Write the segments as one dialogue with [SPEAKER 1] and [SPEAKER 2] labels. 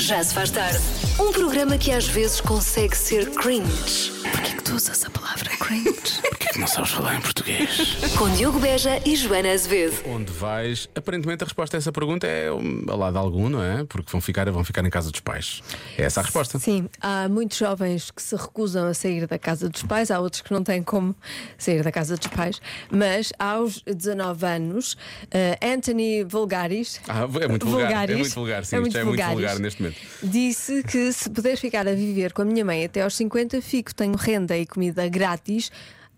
[SPEAKER 1] Já se faz tarde. Um programa que às vezes consegue ser cringe. Porquê que tu usas a palavra cringe?
[SPEAKER 2] Porquê que não sabes falar em português?
[SPEAKER 1] Com Diogo Beja e Joana Azevedo.
[SPEAKER 2] Onde vais? Aparentemente a resposta a essa pergunta é um, a lado algum, não é? Porque vão ficar, vão ficar em casa dos pais. É essa a resposta.
[SPEAKER 3] Sim, há muitos jovens que se recusam a sair da casa dos pais, há outros que não têm como sair da casa dos pais, mas aos 19 anos, eh, Anthony Vulgaris,
[SPEAKER 2] Ah, é muito vulgar. É muito vulgar, sim.
[SPEAKER 3] é
[SPEAKER 2] Isto
[SPEAKER 3] muito
[SPEAKER 2] é muito
[SPEAKER 3] vulgaris,
[SPEAKER 2] vulgar neste momento.
[SPEAKER 3] disse que se puder ficar a viver com a minha mãe até aos 50, fico, tenho renda e comida grátis,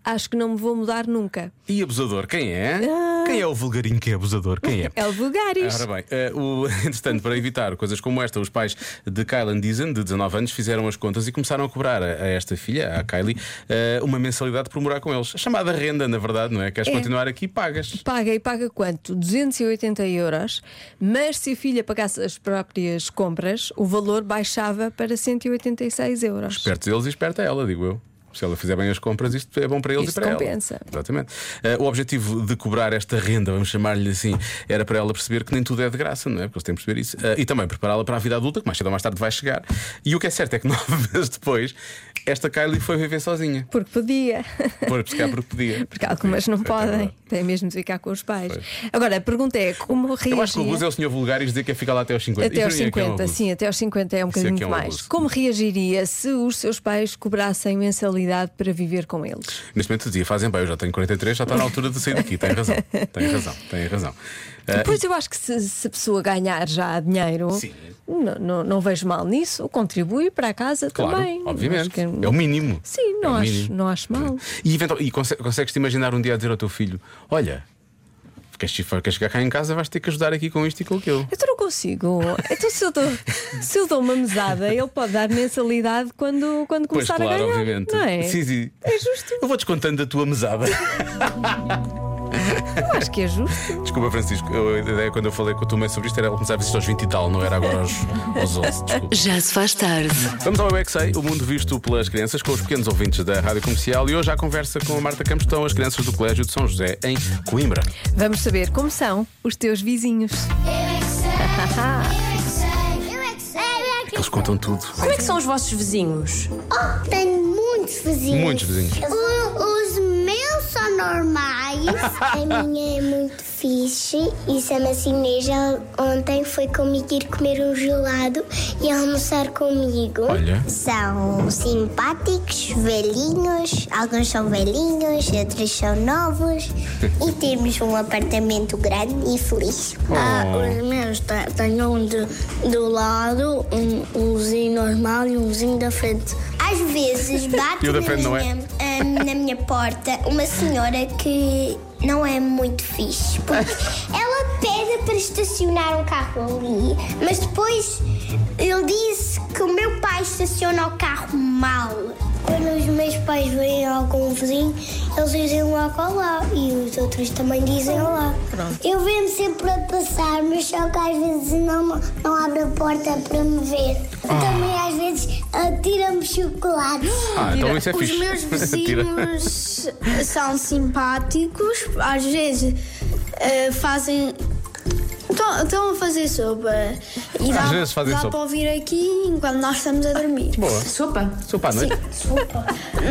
[SPEAKER 3] acho que não me vou mudar nunca.
[SPEAKER 2] E abusador, quem é? Quem é o vulgarinho que é abusador? Quem é?
[SPEAKER 3] É o Vulgaris.
[SPEAKER 2] Ora bem, eh, o, entretanto, para evitar coisas como esta, os pais de Kylan Deason, de 19 anos, fizeram as contas e começaram a cobrar a, a esta filha, a Kylie, eh, uma mensalidade por morar com eles. Chamada renda, na verdade, não é? Queres
[SPEAKER 3] É.
[SPEAKER 2] continuar aqui? Pagas.
[SPEAKER 3] Paga e paga quanto? 280 euros, mas se a filha pagasse as próprias compras, o valor baixava para 186 euros.
[SPEAKER 2] Espertos eles e esperta ela, digo eu. Se ela fizer bem as compras, isto é bom para eles
[SPEAKER 3] Isto
[SPEAKER 2] e para
[SPEAKER 3] compensa.
[SPEAKER 2] ela. Exatamente. Eh, o objetivo de cobrar esta renda, vamos chamar-lhe assim, era para ela perceber que nem tudo é de graça, não é? Porque eles têm que perceber isso. Eh, e também prepará-la para a vida adulta, que mais cedo ou mais tarde vai chegar. E o que é certo é que nove meses depois, esta Kylie foi viver sozinha.
[SPEAKER 3] Porque podia.
[SPEAKER 2] Por se calhar porque podia.
[SPEAKER 3] Porque algumas não
[SPEAKER 2] É
[SPEAKER 3] podem,
[SPEAKER 2] verdade.
[SPEAKER 3] têm mesmo de ficar com os pais. Agora, a pergunta é como
[SPEAKER 2] Eu acho que o
[SPEAKER 3] reagir.
[SPEAKER 2] abuso é o senhor vulgar e dizer que é ficar lá até aos 50.
[SPEAKER 3] Até aos
[SPEAKER 2] Isso para mim é que é um
[SPEAKER 3] 50,
[SPEAKER 2] abuso.
[SPEAKER 3] sim, até aos 50 é um
[SPEAKER 2] Isso é
[SPEAKER 3] bocadinho
[SPEAKER 2] que é um
[SPEAKER 3] mais.
[SPEAKER 2] abuso.
[SPEAKER 3] Como reagiria se os seus pais cobrassem mensalidade para viver com eles?
[SPEAKER 2] Neste momento dizia, fazem bem, eu já tenho 43, já está na altura de sair daqui. Tem razão, tem razão, tem razão. Eh,
[SPEAKER 3] Pois eu acho que se, se a pessoa ganhar já dinheiro,
[SPEAKER 2] Sim.
[SPEAKER 3] Não, não, não vejo mal nisso, contribui para a casa
[SPEAKER 2] Claro,
[SPEAKER 3] também. Acho
[SPEAKER 2] obviamente.
[SPEAKER 3] que- um
[SPEAKER 2] É o mínimo.
[SPEAKER 3] Sim, não,
[SPEAKER 2] É o
[SPEAKER 3] acho,
[SPEAKER 2] mínimo.
[SPEAKER 3] não acho mal.
[SPEAKER 2] E, eventual- e conse- consegues-te imaginar um dia a dizer ao teu filho: Olha, queres, chi- queres chegar cá em casa, vais ter que ajudar aqui com isto e com aquilo.
[SPEAKER 3] Eu não consigo. Então, se eu dou, se eu dou uma mesada, ele pode dar mensalidade quando, quando começar
[SPEAKER 2] pois, claro,
[SPEAKER 3] a ganhar.
[SPEAKER 2] obviamente.
[SPEAKER 3] Não é?
[SPEAKER 2] Sim, sim.
[SPEAKER 3] É justo.
[SPEAKER 2] Eu vou descontando da tua mesada.
[SPEAKER 3] Eu acho que é justo.
[SPEAKER 2] Desculpa, Francisco, eu, a ideia quando eu falei com a tua mãe sobre isto era ela começava isto aos 20 e tal, não era agora aos, aos 11. Desculpa.
[SPEAKER 1] Já se faz tarde.
[SPEAKER 2] Vamos ao Eu É Que Sei, o mundo visto pelas crianças, com os pequenos ouvintes da rádio comercial. E hoje há conversa com a Marta Campos, estão as crianças do Colégio de São José, em Coimbra.
[SPEAKER 3] Vamos saber como são os teus vizinhos.
[SPEAKER 2] Eles contam tudo.
[SPEAKER 4] Como é que são os vossos vizinhos?
[SPEAKER 5] Oh, tenho muitos vizinhos.
[SPEAKER 2] Muitos vizinhos.
[SPEAKER 5] O- os meus são normais. A minha é muito fixe. E se a macineja ontem foi comigo ir comer um gelado e almoçar comigo.
[SPEAKER 2] Olha.
[SPEAKER 5] São simpáticos, velhinhos. Alguns são velhinhos, outros são novos. e temos um apartamento grande e feliz.
[SPEAKER 2] Ah,
[SPEAKER 5] os meus tenho um do lado, um vizinho normal e um vizinho da frente. Às vezes bate
[SPEAKER 2] E o da
[SPEAKER 5] na
[SPEAKER 2] frente não é?
[SPEAKER 5] minha- ah, na minha porta uma senhora que não é muito fixe. Porque ela pede para estacionar um carro ali, mas depois ele disse que o meu pai estaciona o carro mal. Quando os meus pais veem algum vizinho, eles dizem logo olá e os outros também dizem olá. Eu venho sempre a passar, mas só que às vezes não, não abre a porta para me ver. Também às vezes atira-me chocolates.
[SPEAKER 2] Ah, então isso é
[SPEAKER 5] Os
[SPEAKER 2] fixe.
[SPEAKER 5] meus
[SPEAKER 2] Tira.
[SPEAKER 5] vizinhos são simpáticos, às vezes eh, fazem. Estão a fazer sopa. E dá,
[SPEAKER 2] Às vezes fazem
[SPEAKER 5] dá
[SPEAKER 2] sopa.
[SPEAKER 5] para ouvir aqui enquanto nós estamos a dormir.
[SPEAKER 2] Boa.
[SPEAKER 4] Sopa?
[SPEAKER 2] Sopa à noite?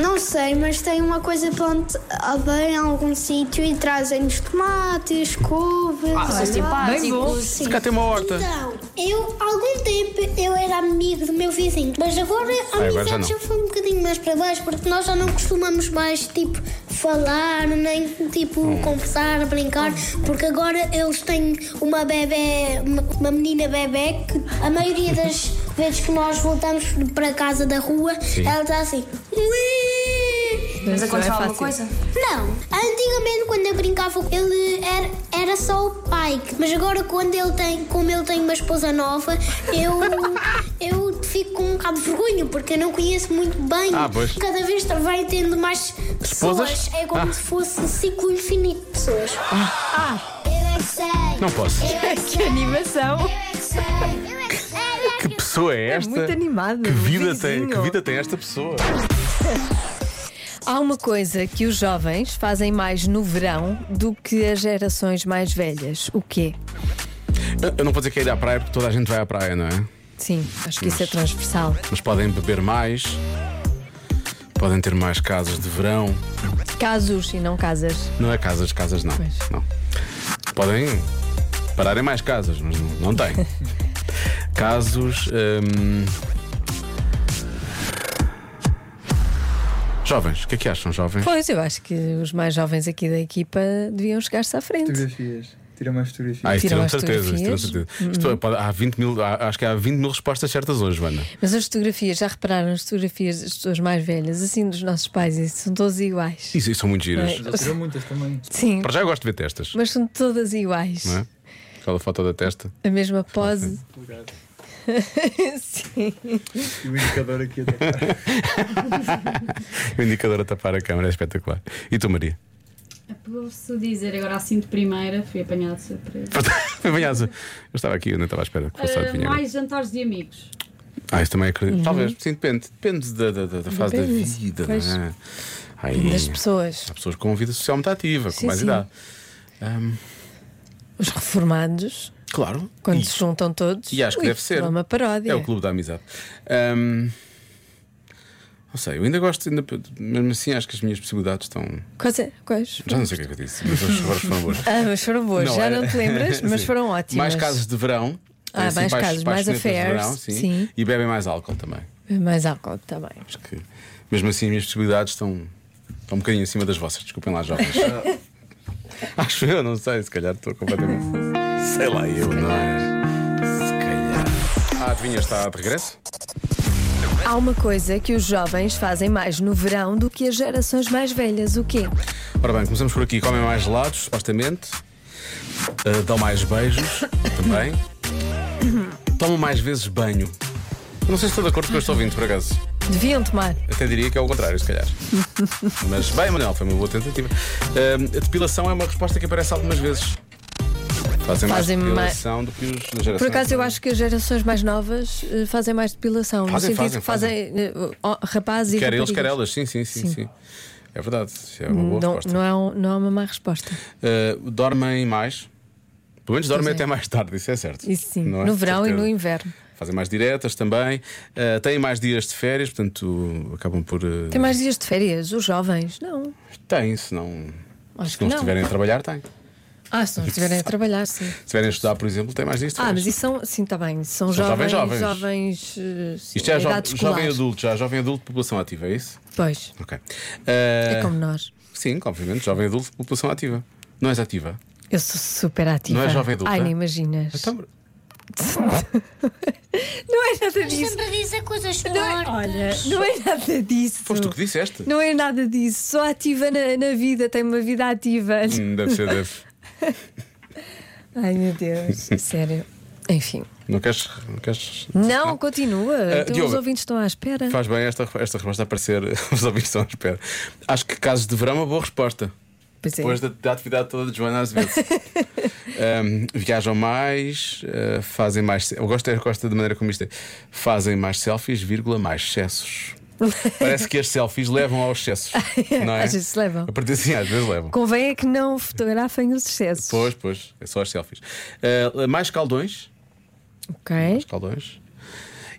[SPEAKER 5] Não sei, mas tem uma coisa plantada em algum sítio e trazem-nos tomates, couves.
[SPEAKER 4] Ah, são simpáticos.
[SPEAKER 2] Se cá tem uma horta.
[SPEAKER 5] Então, eu algum tempo eu era amigo do meu vizinho, mas agora a
[SPEAKER 2] agora já
[SPEAKER 5] amizade
[SPEAKER 2] não.
[SPEAKER 5] já foi um bocadinho mais para baixo, porque nós já não costumamos mais tipo falar, nem tipo
[SPEAKER 2] Hum.
[SPEAKER 5] conversar, brincar, porque agora eles têm uma bebê, uma- uma menina bebê que a maioria das vezes que nós voltamos para casa da rua, ela está assim. "Ué".
[SPEAKER 4] Mas aconteceu
[SPEAKER 3] Não é
[SPEAKER 4] alguma
[SPEAKER 3] fácil.
[SPEAKER 4] coisa?
[SPEAKER 5] Não, antigamente quando eu brincava ele era, era só o pai, mas agora quando ele tem, como ele tem uma esposa nova, eu eu fico com um bocado de vergonha porque eu não conheço muito bem.
[SPEAKER 2] Ah, pois.
[SPEAKER 5] Cada vez vai tendo mais pessoas,
[SPEAKER 2] Esposas?
[SPEAKER 5] é como
[SPEAKER 2] Ah.
[SPEAKER 5] se fosse um ciclo infinito de pessoas. Eu é que sei.
[SPEAKER 2] Ah. Não posso.
[SPEAKER 5] Eu é que sei.
[SPEAKER 3] Que animação!
[SPEAKER 5] Eu é que sei. Eu é que sei. Eu é que
[SPEAKER 2] Que pessoa é esta?
[SPEAKER 3] muito animado,
[SPEAKER 2] Que vida, tem,
[SPEAKER 3] vizinho.
[SPEAKER 2] que vida tem esta pessoa?
[SPEAKER 3] Há uma coisa que os jovens fazem mais no verão do que as gerações mais velhas. O quê?
[SPEAKER 2] Eu- Eu não vou dizer que é ir à praia porque toda a gente vai à praia, não é?
[SPEAKER 3] Sim, acho que isso é transversal.
[SPEAKER 2] Mas podem beber mais, podem ter mais casas de verão.
[SPEAKER 3] Casos e não casas.
[SPEAKER 2] Não é casas, casas não.
[SPEAKER 3] Pois.
[SPEAKER 2] não. Podem parar em mais casas, mas não, não tem. Casos. hum, Jovens, o que é que acham, jovens?
[SPEAKER 3] Pois, eu acho que os mais jovens aqui da equipa deviam chegar-se à frente.
[SPEAKER 6] Fotografias. Tira mais fotografias.
[SPEAKER 2] Ah, isto
[SPEAKER 3] Tiram
[SPEAKER 2] tiram
[SPEAKER 3] as
[SPEAKER 2] certeza, isto tiram
[SPEAKER 3] fotografias? Hum.
[SPEAKER 2] certeza. Isto é, pode- há 20 mil, há- acho que há 20 mil respostas certas hoje, Vana.
[SPEAKER 3] Mas as fotografias, já repararam as fotografias das pessoas mais velhas, assim dos nossos pais, e são todas iguais.
[SPEAKER 2] Isso, isso são muito giras.
[SPEAKER 3] É.
[SPEAKER 6] Mas ele tirou muitas também.
[SPEAKER 3] Sim,
[SPEAKER 2] Para já eu gosto de ver testas,
[SPEAKER 3] mas são todas iguais.
[SPEAKER 2] não é? Aquela foto da testa.
[SPEAKER 3] A mesma pose. Sim.
[SPEAKER 6] E o indicador aqui até.
[SPEAKER 2] O indicador a tapar a câmera é espetacular. E tu, Maria?
[SPEAKER 7] Apegou-se a É, dizer agora assim de primeira, fui apanhado de surpresa.
[SPEAKER 2] Foi bem asa. Eu estava aqui, eu não estava à espera que fosse
[SPEAKER 7] Ah,
[SPEAKER 2] a adivinhar.
[SPEAKER 7] mais jantares de amigos.
[SPEAKER 2] Ah, isso também acredito. Talvez, sim, depende. Depende da, da- da- da fase
[SPEAKER 3] Uhum. Depende,
[SPEAKER 2] da vida,
[SPEAKER 3] pois.
[SPEAKER 2] não é? Aí,
[SPEAKER 3] Das pessoas.
[SPEAKER 2] Há pessoas com vida social muito ativa, com
[SPEAKER 3] Sim,
[SPEAKER 2] mais
[SPEAKER 3] sim.
[SPEAKER 2] idade. Ahm,
[SPEAKER 3] Os reformados,
[SPEAKER 2] claro.
[SPEAKER 3] quando
[SPEAKER 2] E-
[SPEAKER 3] se juntam todos.
[SPEAKER 2] E acho que
[SPEAKER 3] ui,
[SPEAKER 2] deve ser.
[SPEAKER 3] É uma paródia.
[SPEAKER 2] É o clube da amizade. Ahm, não sei, eu ainda gosto, ainda, mesmo assim acho que as minhas possibilidades estão.
[SPEAKER 3] Quais? é- Quais?
[SPEAKER 2] Já não sei o que é que eu disse, mas as palavras foram boas.
[SPEAKER 3] Ah, mas foram boas.
[SPEAKER 2] Não,
[SPEAKER 3] Já
[SPEAKER 2] era-
[SPEAKER 3] não te lembras, mas
[SPEAKER 2] Sim.
[SPEAKER 3] foram ótimas.
[SPEAKER 2] Mais casos de verão.
[SPEAKER 3] Ah,
[SPEAKER 2] assim,
[SPEAKER 3] mais
[SPEAKER 2] pais-
[SPEAKER 3] casos,
[SPEAKER 2] pais
[SPEAKER 3] mais
[SPEAKER 2] sonetas de
[SPEAKER 3] affairs,
[SPEAKER 2] verão, sim,
[SPEAKER 3] sim.
[SPEAKER 2] E bebem mais álcool também.
[SPEAKER 3] Mais álcool também.
[SPEAKER 2] Acho que, mesmo assim, as minhas possibilidades estão, estão um bocadinho acima das vossas. Desculpem lá, jovens. Acho eu, não sei, se calhar estou completamente. Sei lá, eu, não é? Se calhar. A adivinha está de regresso?
[SPEAKER 3] Há uma coisa que os jovens fazem mais no verão do que as gerações mais velhas. O quê?
[SPEAKER 2] Ora bem, começamos por aqui. Comem mais gelados, supostamente. Ah, dão mais beijos também. Tomam mais vezes banho. Eu Não sei se estou de acordo com o que eu estou ouvindo, por acaso.
[SPEAKER 3] Deviam tomar.
[SPEAKER 2] Até diria que é o contrário, se calhar. Mas bem, Manuel, foi uma boa tentativa. Ah, a depilação é uma resposta que aparece algumas vezes. Fazem,
[SPEAKER 3] Fazem
[SPEAKER 2] mais
[SPEAKER 3] mais-
[SPEAKER 2] depilação do que os da geração.
[SPEAKER 3] Por acaso, eu acho que as gerações mais novas eh, fazem mais depilação. no
[SPEAKER 2] Fazem,
[SPEAKER 3] sentido
[SPEAKER 2] fazem,
[SPEAKER 3] que fazem, eh, ó, rapazes e
[SPEAKER 2] Quer eles, quer
[SPEAKER 3] raparigas.
[SPEAKER 2] elas, sim, sim, sim.
[SPEAKER 3] Sim.
[SPEAKER 2] sim. É verdade, isso é uma boa
[SPEAKER 3] Não,
[SPEAKER 2] resposta.
[SPEAKER 3] não, é um- não é uma má resposta.
[SPEAKER 2] Uh, dormem mais. Pelo menos dormem
[SPEAKER 3] é.
[SPEAKER 2] até mais tarde, isso é certo.
[SPEAKER 3] Isso sim.
[SPEAKER 2] Não é?
[SPEAKER 3] no verão e
[SPEAKER 2] Certeza.
[SPEAKER 3] no inverno.
[SPEAKER 2] Fazem mais diretas também. Uh, têm mais dias de férias, portanto acabam por. Uh...
[SPEAKER 3] Tem mais dias de férias, os jovens? Não.
[SPEAKER 2] Têm, se não.
[SPEAKER 3] Acho
[SPEAKER 2] Se
[SPEAKER 3] que
[SPEAKER 2] não
[SPEAKER 3] não.
[SPEAKER 2] estiverem a trabalhar, têm. Se
[SPEAKER 3] Ah, se não estiverem a trabalhar, sim.
[SPEAKER 2] estiverem a estudar, por exemplo, têm mais dias de
[SPEAKER 3] Ah,
[SPEAKER 2] férias.
[SPEAKER 3] mas isso são, sim, está bem. São,
[SPEAKER 2] jovens, jovens.
[SPEAKER 3] jovens, jovens, eh, sim,
[SPEAKER 2] Isto é jo-
[SPEAKER 3] idade escolar.
[SPEAKER 2] jovem adulto, já é jovem adulto, população ativa, é isso?
[SPEAKER 3] Pois,
[SPEAKER 2] Ok. Uh,
[SPEAKER 3] é como nós.
[SPEAKER 2] Sim, obviamente, jovem adulto, população ativa. Não és ativa?
[SPEAKER 3] Eu sou super ativa.
[SPEAKER 2] Não é jovem adulta?
[SPEAKER 3] Ai, nem imaginas.
[SPEAKER 2] Então,
[SPEAKER 3] Não é nada disso.
[SPEAKER 5] Sempre dizer coisas
[SPEAKER 3] Não é, olha, não é nada disso.
[SPEAKER 2] foste tu que disseste?
[SPEAKER 3] Não é nada disso. Sou ativa na, na vida, tenho uma vida ativa.
[SPEAKER 2] Hum, Deve ser, deve.
[SPEAKER 3] Ai, meu Deus. Sério. Enfim.
[SPEAKER 2] Não queres. Não queres
[SPEAKER 3] Não, continua. então
[SPEAKER 2] Diogo,
[SPEAKER 3] os ouvintes estão à espera.
[SPEAKER 2] Faz bem esta, esta resposta aparecer. Os ouvintes estão à espera. Acho que casos de verão é uma boa resposta.
[SPEAKER 3] Pois é.
[SPEAKER 2] Depois da, da atividade toda de Joana Azevedo. Ahm, viajam mais, ah, fazem mais. Eu gosto, eu gosto da maneira como isto é. Fazem mais selfies, vírgula, mais excessos. Parece que as selfies levam aos excessos. não é?
[SPEAKER 3] Às vezes levam.
[SPEAKER 2] A partir assim, às vezes levam.
[SPEAKER 3] Convém é que não fotografem os excessos.
[SPEAKER 2] Pois, pois, é só as selfies. Ah, mais caldões.
[SPEAKER 3] Ok.
[SPEAKER 2] Os caldões.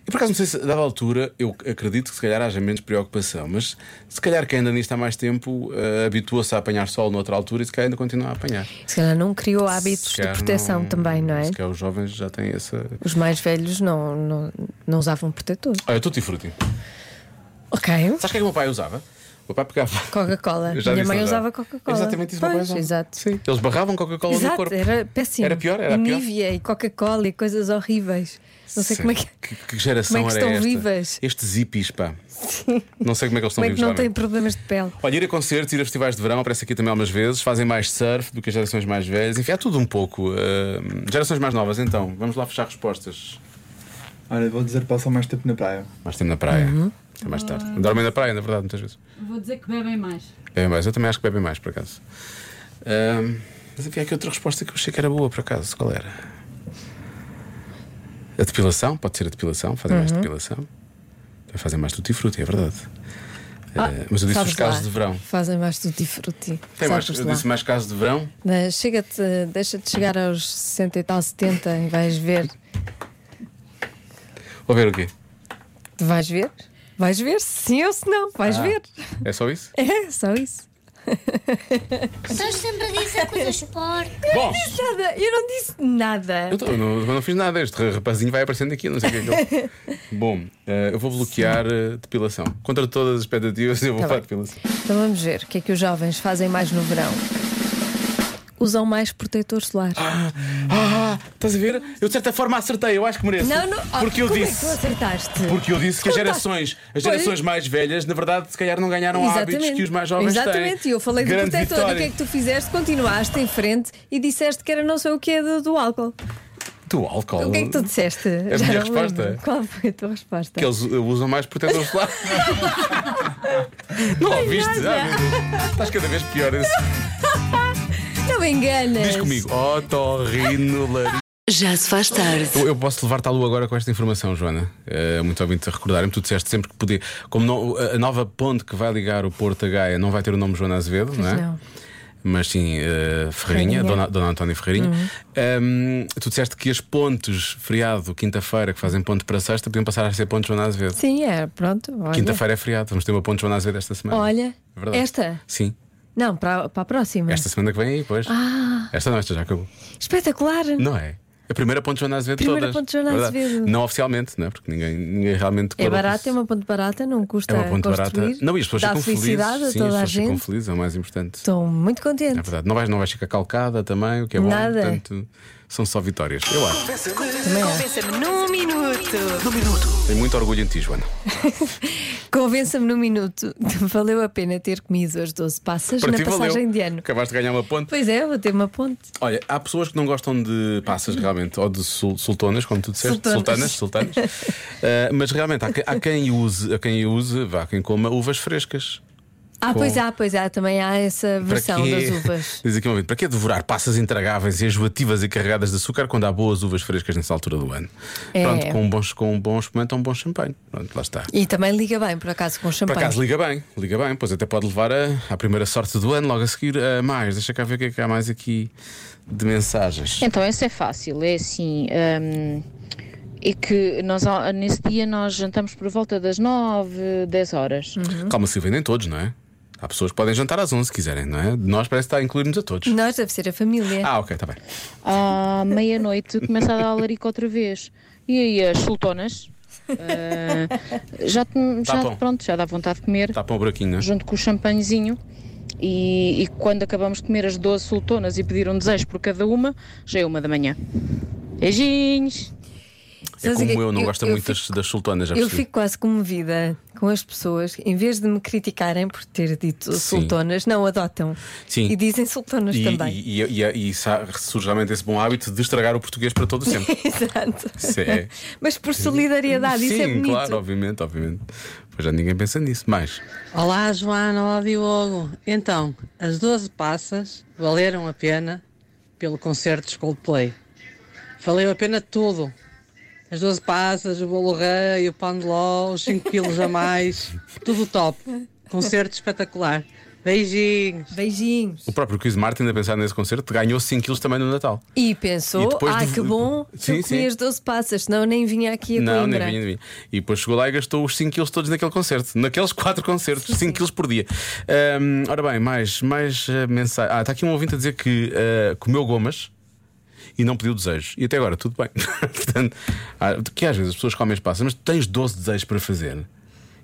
[SPEAKER 2] E por acaso, não sei se, a dada altura, eu acredito que se calhar haja menos preocupação, mas se calhar quem anda nisto há mais tempo eh, habitua-se a apanhar sol noutra altura e se calhar ainda continua a apanhar.
[SPEAKER 3] Se calhar não criou hábitos
[SPEAKER 2] Se
[SPEAKER 3] de
[SPEAKER 2] calhar
[SPEAKER 3] proteção também, não é?
[SPEAKER 2] Se calhar os jovens já têm essa.
[SPEAKER 3] Os mais velhos não, não, não usavam protetor.
[SPEAKER 2] Olha, tutti frutti.
[SPEAKER 3] Ok.
[SPEAKER 2] Sabes o que é que o meu pai usava? O meu pai pegava.
[SPEAKER 3] Coca-Cola.
[SPEAKER 2] Eu já
[SPEAKER 3] Minha
[SPEAKER 2] disse,
[SPEAKER 3] mãe
[SPEAKER 2] não já?
[SPEAKER 3] usava Coca-Cola.
[SPEAKER 2] Exatamente isso, o meu pai
[SPEAKER 3] Pois,
[SPEAKER 2] usava.
[SPEAKER 3] Exato.
[SPEAKER 2] Sim. Eles barravam Coca-Cola no
[SPEAKER 3] Exato,
[SPEAKER 2] corpo.
[SPEAKER 3] era péssimo.
[SPEAKER 2] Era pior, era
[SPEAKER 3] E
[SPEAKER 2] pior.
[SPEAKER 3] Nívia e Coca-Cola e coisas horríveis. Não sei como é que,
[SPEAKER 2] que, que geração
[SPEAKER 3] como é que
[SPEAKER 2] era
[SPEAKER 3] estão
[SPEAKER 2] esta?
[SPEAKER 3] vivas.
[SPEAKER 2] Estes zippies, pá. Não sei como é que eles estão
[SPEAKER 3] como é
[SPEAKER 2] vivos
[SPEAKER 3] que não
[SPEAKER 2] realmente.
[SPEAKER 3] têm problemas de pele.
[SPEAKER 2] Olha, ir a concertos, ir a festivais de verão, aparece aqui também algumas vezes, fazem mais surf do que as gerações mais velhas, enfim, há tudo um pouco. Ahm, gerações mais novas, então, vamos lá fechar respostas.
[SPEAKER 6] Olha, vou dizer que passam mais tempo na praia.
[SPEAKER 2] Mais tempo na praia,
[SPEAKER 3] Uhum.
[SPEAKER 2] até mais tarde. Dormem na praia, na verdade, muitas vezes.
[SPEAKER 7] Vou dizer que bebem mais.
[SPEAKER 2] Bebem mais, eu também acho que bebem mais, por acaso. Ahm, mas havia aqui outra resposta que eu achei que era boa, por acaso, qual era? A depilação, pode ser a depilação, fazem mais
[SPEAKER 3] Uhum.
[SPEAKER 2] depilação. Também Fazem mais tutti-frutti, é verdade. Ah, mas eu disse
[SPEAKER 3] Sabes
[SPEAKER 2] os casos
[SPEAKER 3] lá,
[SPEAKER 2] de verão.
[SPEAKER 3] Fazem mais tutti frutti.
[SPEAKER 2] Tem mais,
[SPEAKER 3] Sabes
[SPEAKER 2] eu
[SPEAKER 3] lá.
[SPEAKER 2] disse mais casos de verão.
[SPEAKER 3] Mas Chega-te, deixa-te chegar aos 60 e tal, 70 e vais ver.
[SPEAKER 2] Vou ver o quê?
[SPEAKER 3] Tu vais ver? Vais ver se sim ou se não. Vais ver.
[SPEAKER 2] É só isso?
[SPEAKER 3] É só isso.
[SPEAKER 5] Estás sempre a dizer coisas porcas.
[SPEAKER 3] É
[SPEAKER 2] Bom,
[SPEAKER 3] Nada, eu não disse nada.
[SPEAKER 2] eu, tô- eu não, eu não fiz nada. Este rapazinho vai aparecendo aqui, não sei o que é que ele- Bom, eh, eu vou bloquear eh, depilação. Contra todas as expectativas, eu vou
[SPEAKER 3] Tá
[SPEAKER 2] para a
[SPEAKER 3] bem.
[SPEAKER 2] depilação.
[SPEAKER 3] Então vamos ver o que é que os jovens fazem mais no verão. Usam mais protetor solar.
[SPEAKER 2] Ah, estás a ver? Eu de certa forma acertei, eu acho que mereço.
[SPEAKER 3] Não, não. Oh,
[SPEAKER 2] Porque eu
[SPEAKER 3] como
[SPEAKER 2] disse.
[SPEAKER 3] É que tu acertaste?
[SPEAKER 2] Porque eu disse que as
[SPEAKER 3] Conta-
[SPEAKER 2] gerações, as
[SPEAKER 3] Pois.
[SPEAKER 2] gerações mais velhas, na verdade, se calhar não ganharam hábitos que os mais jovens têm.
[SPEAKER 3] Exatamente, e eu falei do
[SPEAKER 2] Grande
[SPEAKER 3] protetor.
[SPEAKER 2] vitória.
[SPEAKER 3] O que é que tu fizeste? Continuaste em frente e disseste que era não sei o que do, do álcool.
[SPEAKER 2] Do álcool.
[SPEAKER 3] O que é que tu disseste?
[SPEAKER 2] A
[SPEAKER 3] Já
[SPEAKER 2] minha
[SPEAKER 3] não me lembro.
[SPEAKER 2] resposta? é?
[SPEAKER 3] Qual foi a tua resposta?
[SPEAKER 2] Que eles uh, usam mais protetor solar. não ouviste?
[SPEAKER 3] nada. É
[SPEAKER 2] Ah, meu Deus. Estás cada vez pior.
[SPEAKER 3] Não me enganas.
[SPEAKER 2] Diz comigo. Otorrinolaringologia.
[SPEAKER 1] Já se faz tarde.
[SPEAKER 2] Eu, eu posso levar-te à lua agora com esta informação, Joana. É muito ouvinte a recordarem-me. Tu disseste sempre que podia. Como não- a nova ponte que vai ligar o Porto a Gaia não vai ter o nome Joana Azevedo, não é?
[SPEAKER 3] não.
[SPEAKER 2] Mas sim, eh, Ferreirinha,
[SPEAKER 3] Ferreirinha. Uhum.
[SPEAKER 2] Dona, Dona Antónia Ferreirinha. Hum, tu disseste que as pontes, feriado, quinta-feira, que fazem ponte para sexta, podiam passar a ser ponte Joana Azevedo.
[SPEAKER 3] Sim, é, pronto. olha.
[SPEAKER 2] Quinta-feira é feriado, vamos ter uma ponte Joana Azevedo esta semana.
[SPEAKER 3] Olha,
[SPEAKER 2] É verdade.
[SPEAKER 3] esta?
[SPEAKER 2] Sim,
[SPEAKER 3] Não, para, para a próxima.
[SPEAKER 2] esta semana que vem aí, pois.
[SPEAKER 3] Ah,
[SPEAKER 2] Esta não, esta já acabou.
[SPEAKER 3] espetacular.
[SPEAKER 2] Não é? A primeira ponte Joana Azevedo
[SPEAKER 3] Primeira
[SPEAKER 2] todas.
[SPEAKER 3] ponte Joana
[SPEAKER 2] É verdade.
[SPEAKER 3] Azevedo.
[SPEAKER 2] Não oficialmente, não é? Porque ninguém, ninguém realmente
[SPEAKER 3] É
[SPEAKER 2] declarou que
[SPEAKER 3] barata,
[SPEAKER 2] se-
[SPEAKER 3] é uma ponte barata, não custa
[SPEAKER 2] É uma ponte
[SPEAKER 3] construir.
[SPEAKER 2] barata. Não, e as pessoas
[SPEAKER 3] Dá
[SPEAKER 2] ficam
[SPEAKER 3] felicidade
[SPEAKER 2] felizes. Sim,
[SPEAKER 3] a
[SPEAKER 2] as
[SPEAKER 3] toda a
[SPEAKER 2] pessoas ficam
[SPEAKER 3] gente.
[SPEAKER 2] felizes, é o mais importante.
[SPEAKER 3] Estou muito
[SPEAKER 2] É
[SPEAKER 3] contente.
[SPEAKER 2] verdade. Não vais, não vais ficar calcada também, o que é
[SPEAKER 3] Nada.
[SPEAKER 2] bom. Portanto, são só vitórias. Eu acho.
[SPEAKER 3] também acho.
[SPEAKER 1] Convença-me num minuto.
[SPEAKER 2] Tenho muito orgulho em ti, Joana.
[SPEAKER 3] Convença-me num minuto. Valeu a pena ter comido as 12 passas
[SPEAKER 2] Para
[SPEAKER 3] na
[SPEAKER 2] ti
[SPEAKER 3] passagem
[SPEAKER 2] valeu.
[SPEAKER 3] de ano.
[SPEAKER 2] Acabaste de ganhar uma ponte.
[SPEAKER 3] Pois é, vou ter uma ponte.
[SPEAKER 2] Olha, há pessoas que não gostam de passas realmente, ou de sul- sultonas, como tu disseste, sultanas,
[SPEAKER 3] Sultonas.
[SPEAKER 2] sultanas. Ah, mas realmente há, que- há quem use, há quem use, vá, quem coma uvas frescas.
[SPEAKER 3] Ah,
[SPEAKER 2] Com-
[SPEAKER 3] pois há, pois há, também há essa versão
[SPEAKER 2] quê?
[SPEAKER 3] das uvas.
[SPEAKER 2] Diz aqui um ouvinte, para que devorar passas intragáveis e enjoativas e carregadas de açúcar quando há boas uvas frescas nessa altura do ano?
[SPEAKER 3] É.
[SPEAKER 2] Pronto, com um bom, com um bom espumante ou um bom champanhe. Pronto, lá está.
[SPEAKER 3] E também liga bem, por acaso, com
[SPEAKER 2] Por
[SPEAKER 3] champanhe.
[SPEAKER 2] acaso liga bem, liga bem, pois até pode levar a- à primeira sorte do ano, logo a seguir a mais. Deixa cá ver o que é que há mais aqui de mensagens.
[SPEAKER 8] Então, essa é fácil, é assim. hum, é que nós, ah, nesse dia nós jantamos por volta das 9, 10 horas.
[SPEAKER 3] Hum?
[SPEAKER 2] Calma, Silvia, nem todos, não é? Há pessoas que podem jantar às 11 se quiserem, não é? De Nós parece que está a incluir-nos a todos.
[SPEAKER 3] Nós deve ser a família.
[SPEAKER 2] Ah, ok, está bem.
[SPEAKER 8] À meia-noite começa a dar alarico outra vez. E aí as sultonas. ah, já, te- já-
[SPEAKER 2] bom.
[SPEAKER 8] pronto, já dá vontade de comer,
[SPEAKER 2] Está para o buraquinho, não é?
[SPEAKER 8] junto com o champanhezinho. E, e quando acabamos de comer as 12 sultonas e pedir um desejo por cada uma, já é uma da manhã. Beijinhos!
[SPEAKER 2] É
[SPEAKER 3] Sabes o
[SPEAKER 2] como
[SPEAKER 3] quê?
[SPEAKER 2] eu, não gosto muito
[SPEAKER 3] fico-
[SPEAKER 2] das, das sultanas, já
[SPEAKER 3] Eu
[SPEAKER 2] percebi.
[SPEAKER 3] fico quase comovida com as pessoas, em vez de me criticarem por ter dito
[SPEAKER 2] Sim.
[SPEAKER 3] sultonas, não adotam.
[SPEAKER 2] Sim.
[SPEAKER 3] E dizem sultonas
[SPEAKER 2] E,
[SPEAKER 3] também.
[SPEAKER 2] e, e, e- e sa- surge realmente esse bom hábito de estragar o português para todo o sempre.
[SPEAKER 3] Exato.
[SPEAKER 2] Isso é-
[SPEAKER 3] Mas por solidariedade,
[SPEAKER 2] Sim,
[SPEAKER 3] isso é bonito.
[SPEAKER 2] claro, obviamente, obviamente. Pois já ninguém pensa nisso. Mais.
[SPEAKER 9] Olá, Joana, olá, Diogo. Então, as 12 passas valeram a pena pelo concerto de Coldplay. Valeu a pena tudo. As 12 passas, o bolo rei, o pão de ló, os 5 quilos a mais, tudo top. Concerto espetacular. Beijinhos.
[SPEAKER 3] Beijinhos.
[SPEAKER 2] O próprio Chris Martin, a pensar nesse concerto, ganhou 5 quilos também no Natal.
[SPEAKER 3] E
[SPEAKER 2] E
[SPEAKER 3] pensou,
[SPEAKER 2] depois
[SPEAKER 3] ah,
[SPEAKER 2] de-
[SPEAKER 3] que bom,
[SPEAKER 2] Sim,
[SPEAKER 3] eu comi
[SPEAKER 2] sim.
[SPEAKER 3] as 12 passas, senão eu nem vinha aqui a
[SPEAKER 2] Não, nem
[SPEAKER 3] Coimbra.
[SPEAKER 2] vinha, nem vinha. E depois chegou lá e gastou os 5 quilos todos naquele concerto. Naqueles 4 concertos, 5 quilos por dia. Ahm, ora bem, mais, mais mensagem. Ah, está aqui um ouvinte a dizer que ah, comeu gomas e não pediu desejos. E até agora, tudo bem. Portanto, ah, que às vezes as pessoas comem as passas, mas tens 12 desejos para fazer.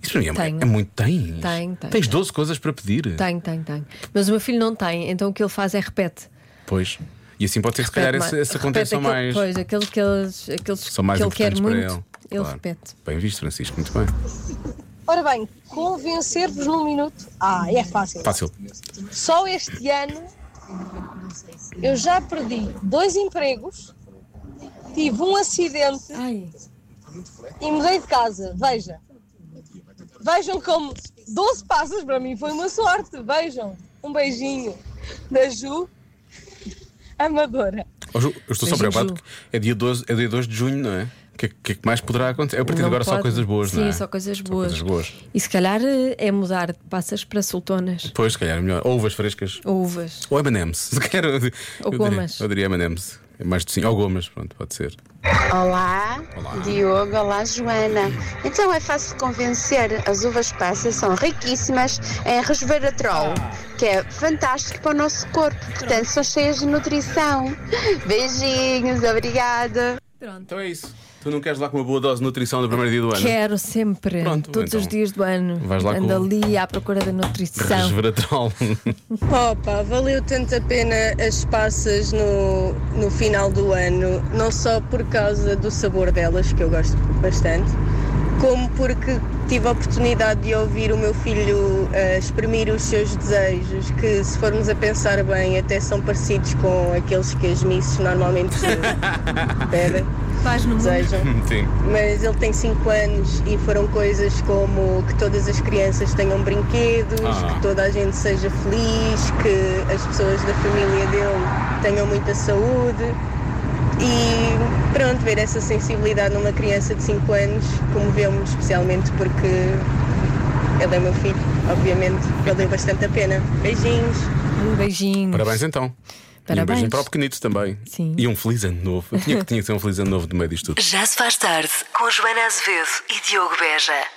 [SPEAKER 2] Isso para mim é,
[SPEAKER 3] Tenho.
[SPEAKER 2] é muito. Tens.
[SPEAKER 3] Tenho, tenho,
[SPEAKER 2] tens
[SPEAKER 3] tenho.
[SPEAKER 2] 12 coisas para pedir.
[SPEAKER 3] Tenho, tenho, tenho. Mas o meu filho não tem, então o que ele faz é repete.
[SPEAKER 2] Pois. E assim pode ser que se calhar
[SPEAKER 3] Repete
[SPEAKER 2] essa,
[SPEAKER 3] mais-
[SPEAKER 2] essa contenção
[SPEAKER 3] repete
[SPEAKER 2] mais.
[SPEAKER 3] aquele- Pois, aquele que, eles, aqueles
[SPEAKER 2] São mais
[SPEAKER 3] que ele quer
[SPEAKER 2] importantes
[SPEAKER 3] muito,
[SPEAKER 2] para ele.
[SPEAKER 3] ele
[SPEAKER 2] Claro.
[SPEAKER 3] repete.
[SPEAKER 2] Bem visto, Francisco, muito bem.
[SPEAKER 10] Ora bem, convencer-vos num minuto. Ah, é fácil.
[SPEAKER 2] Fácil.
[SPEAKER 10] Só este ano eu já perdi dois empregos, tive um acidente
[SPEAKER 3] Ai,
[SPEAKER 10] e mudei de casa. Veja. Vejam como 12 passos para mim foi uma sorte. Vejam. Um beijinho da Ju, amadora.
[SPEAKER 2] Ó, Ju, eu estou só
[SPEAKER 3] Beijinho,
[SPEAKER 2] preocupado
[SPEAKER 3] Ju.
[SPEAKER 2] porque é dia, 12, é dia 2 de junho, não é? O que, é- que é que mais poderá acontecer? É a partir de
[SPEAKER 3] não
[SPEAKER 2] agora só
[SPEAKER 3] pode.
[SPEAKER 2] coisas boas,
[SPEAKER 3] Sim,
[SPEAKER 2] não é?
[SPEAKER 3] só coisas boas.
[SPEAKER 2] coisas boas.
[SPEAKER 3] E se calhar eh, é mudar de passas para sultonas
[SPEAKER 2] Pois, se calhar é melhor. Ou uvas frescas.
[SPEAKER 3] ou uvas.
[SPEAKER 2] Ou M&M's. Se calhar eu, di-
[SPEAKER 3] Ou
[SPEAKER 2] eu
[SPEAKER 3] gomas.
[SPEAKER 2] Diria, eu diria M&M's. É mais de cinco. Ou gomas, pronto, pode ser.
[SPEAKER 5] Olá, Diogo, olá Joana. Então é fácil de convencer, as uvas passas são riquíssimas em resveratrol, que é fantástico para o nosso corpo, portanto são cheias de nutrição. Beijinhos, obrigada.
[SPEAKER 2] Então é isso. Tu não queres lá com uma boa dose de nutrição no primeiro dia do ano?
[SPEAKER 3] Quero sempre,
[SPEAKER 2] Pronto,
[SPEAKER 3] todos os
[SPEAKER 2] então.
[SPEAKER 3] dias do ano.
[SPEAKER 2] Vais lá
[SPEAKER 3] Ando
[SPEAKER 2] com-
[SPEAKER 3] ali à procura da nutrição.
[SPEAKER 2] Resveratrol.
[SPEAKER 11] Opa, valeu tanto a pena as passas no, no final do ano, não só por causa do sabor delas, que eu gosto bastante, como porque tive a oportunidade de ouvir o meu filho eh, exprimir os seus desejos, que se formos a pensar bem, até são parecidos com aqueles que as misses normalmente pedem.
[SPEAKER 3] Faz no
[SPEAKER 11] desejam
[SPEAKER 2] Sim.
[SPEAKER 11] mas ele tem 5 anos e foram coisas como que todas as crianças tenham brinquedos,
[SPEAKER 12] Ah.
[SPEAKER 11] que toda a gente seja feliz, que as pessoas da família dele tenham muita saúde. E pronto, ver essa sensibilidade numa criança de 5 anos comoveu-me especialmente porque ele é meu filho, obviamente, valeu bastante a pena. Beijinhos!
[SPEAKER 3] Um Beijinhos!
[SPEAKER 2] Parabéns então. E um
[SPEAKER 1] Parabéns.
[SPEAKER 2] beijinho para o pequenito também.
[SPEAKER 1] Sim.
[SPEAKER 2] E um feliz ano novo. Eu tinha que tinha que ser um feliz ano novo do meio disto tudo.
[SPEAKER 1] Já se faz tarde com Joana Azevedo e Diogo Beja.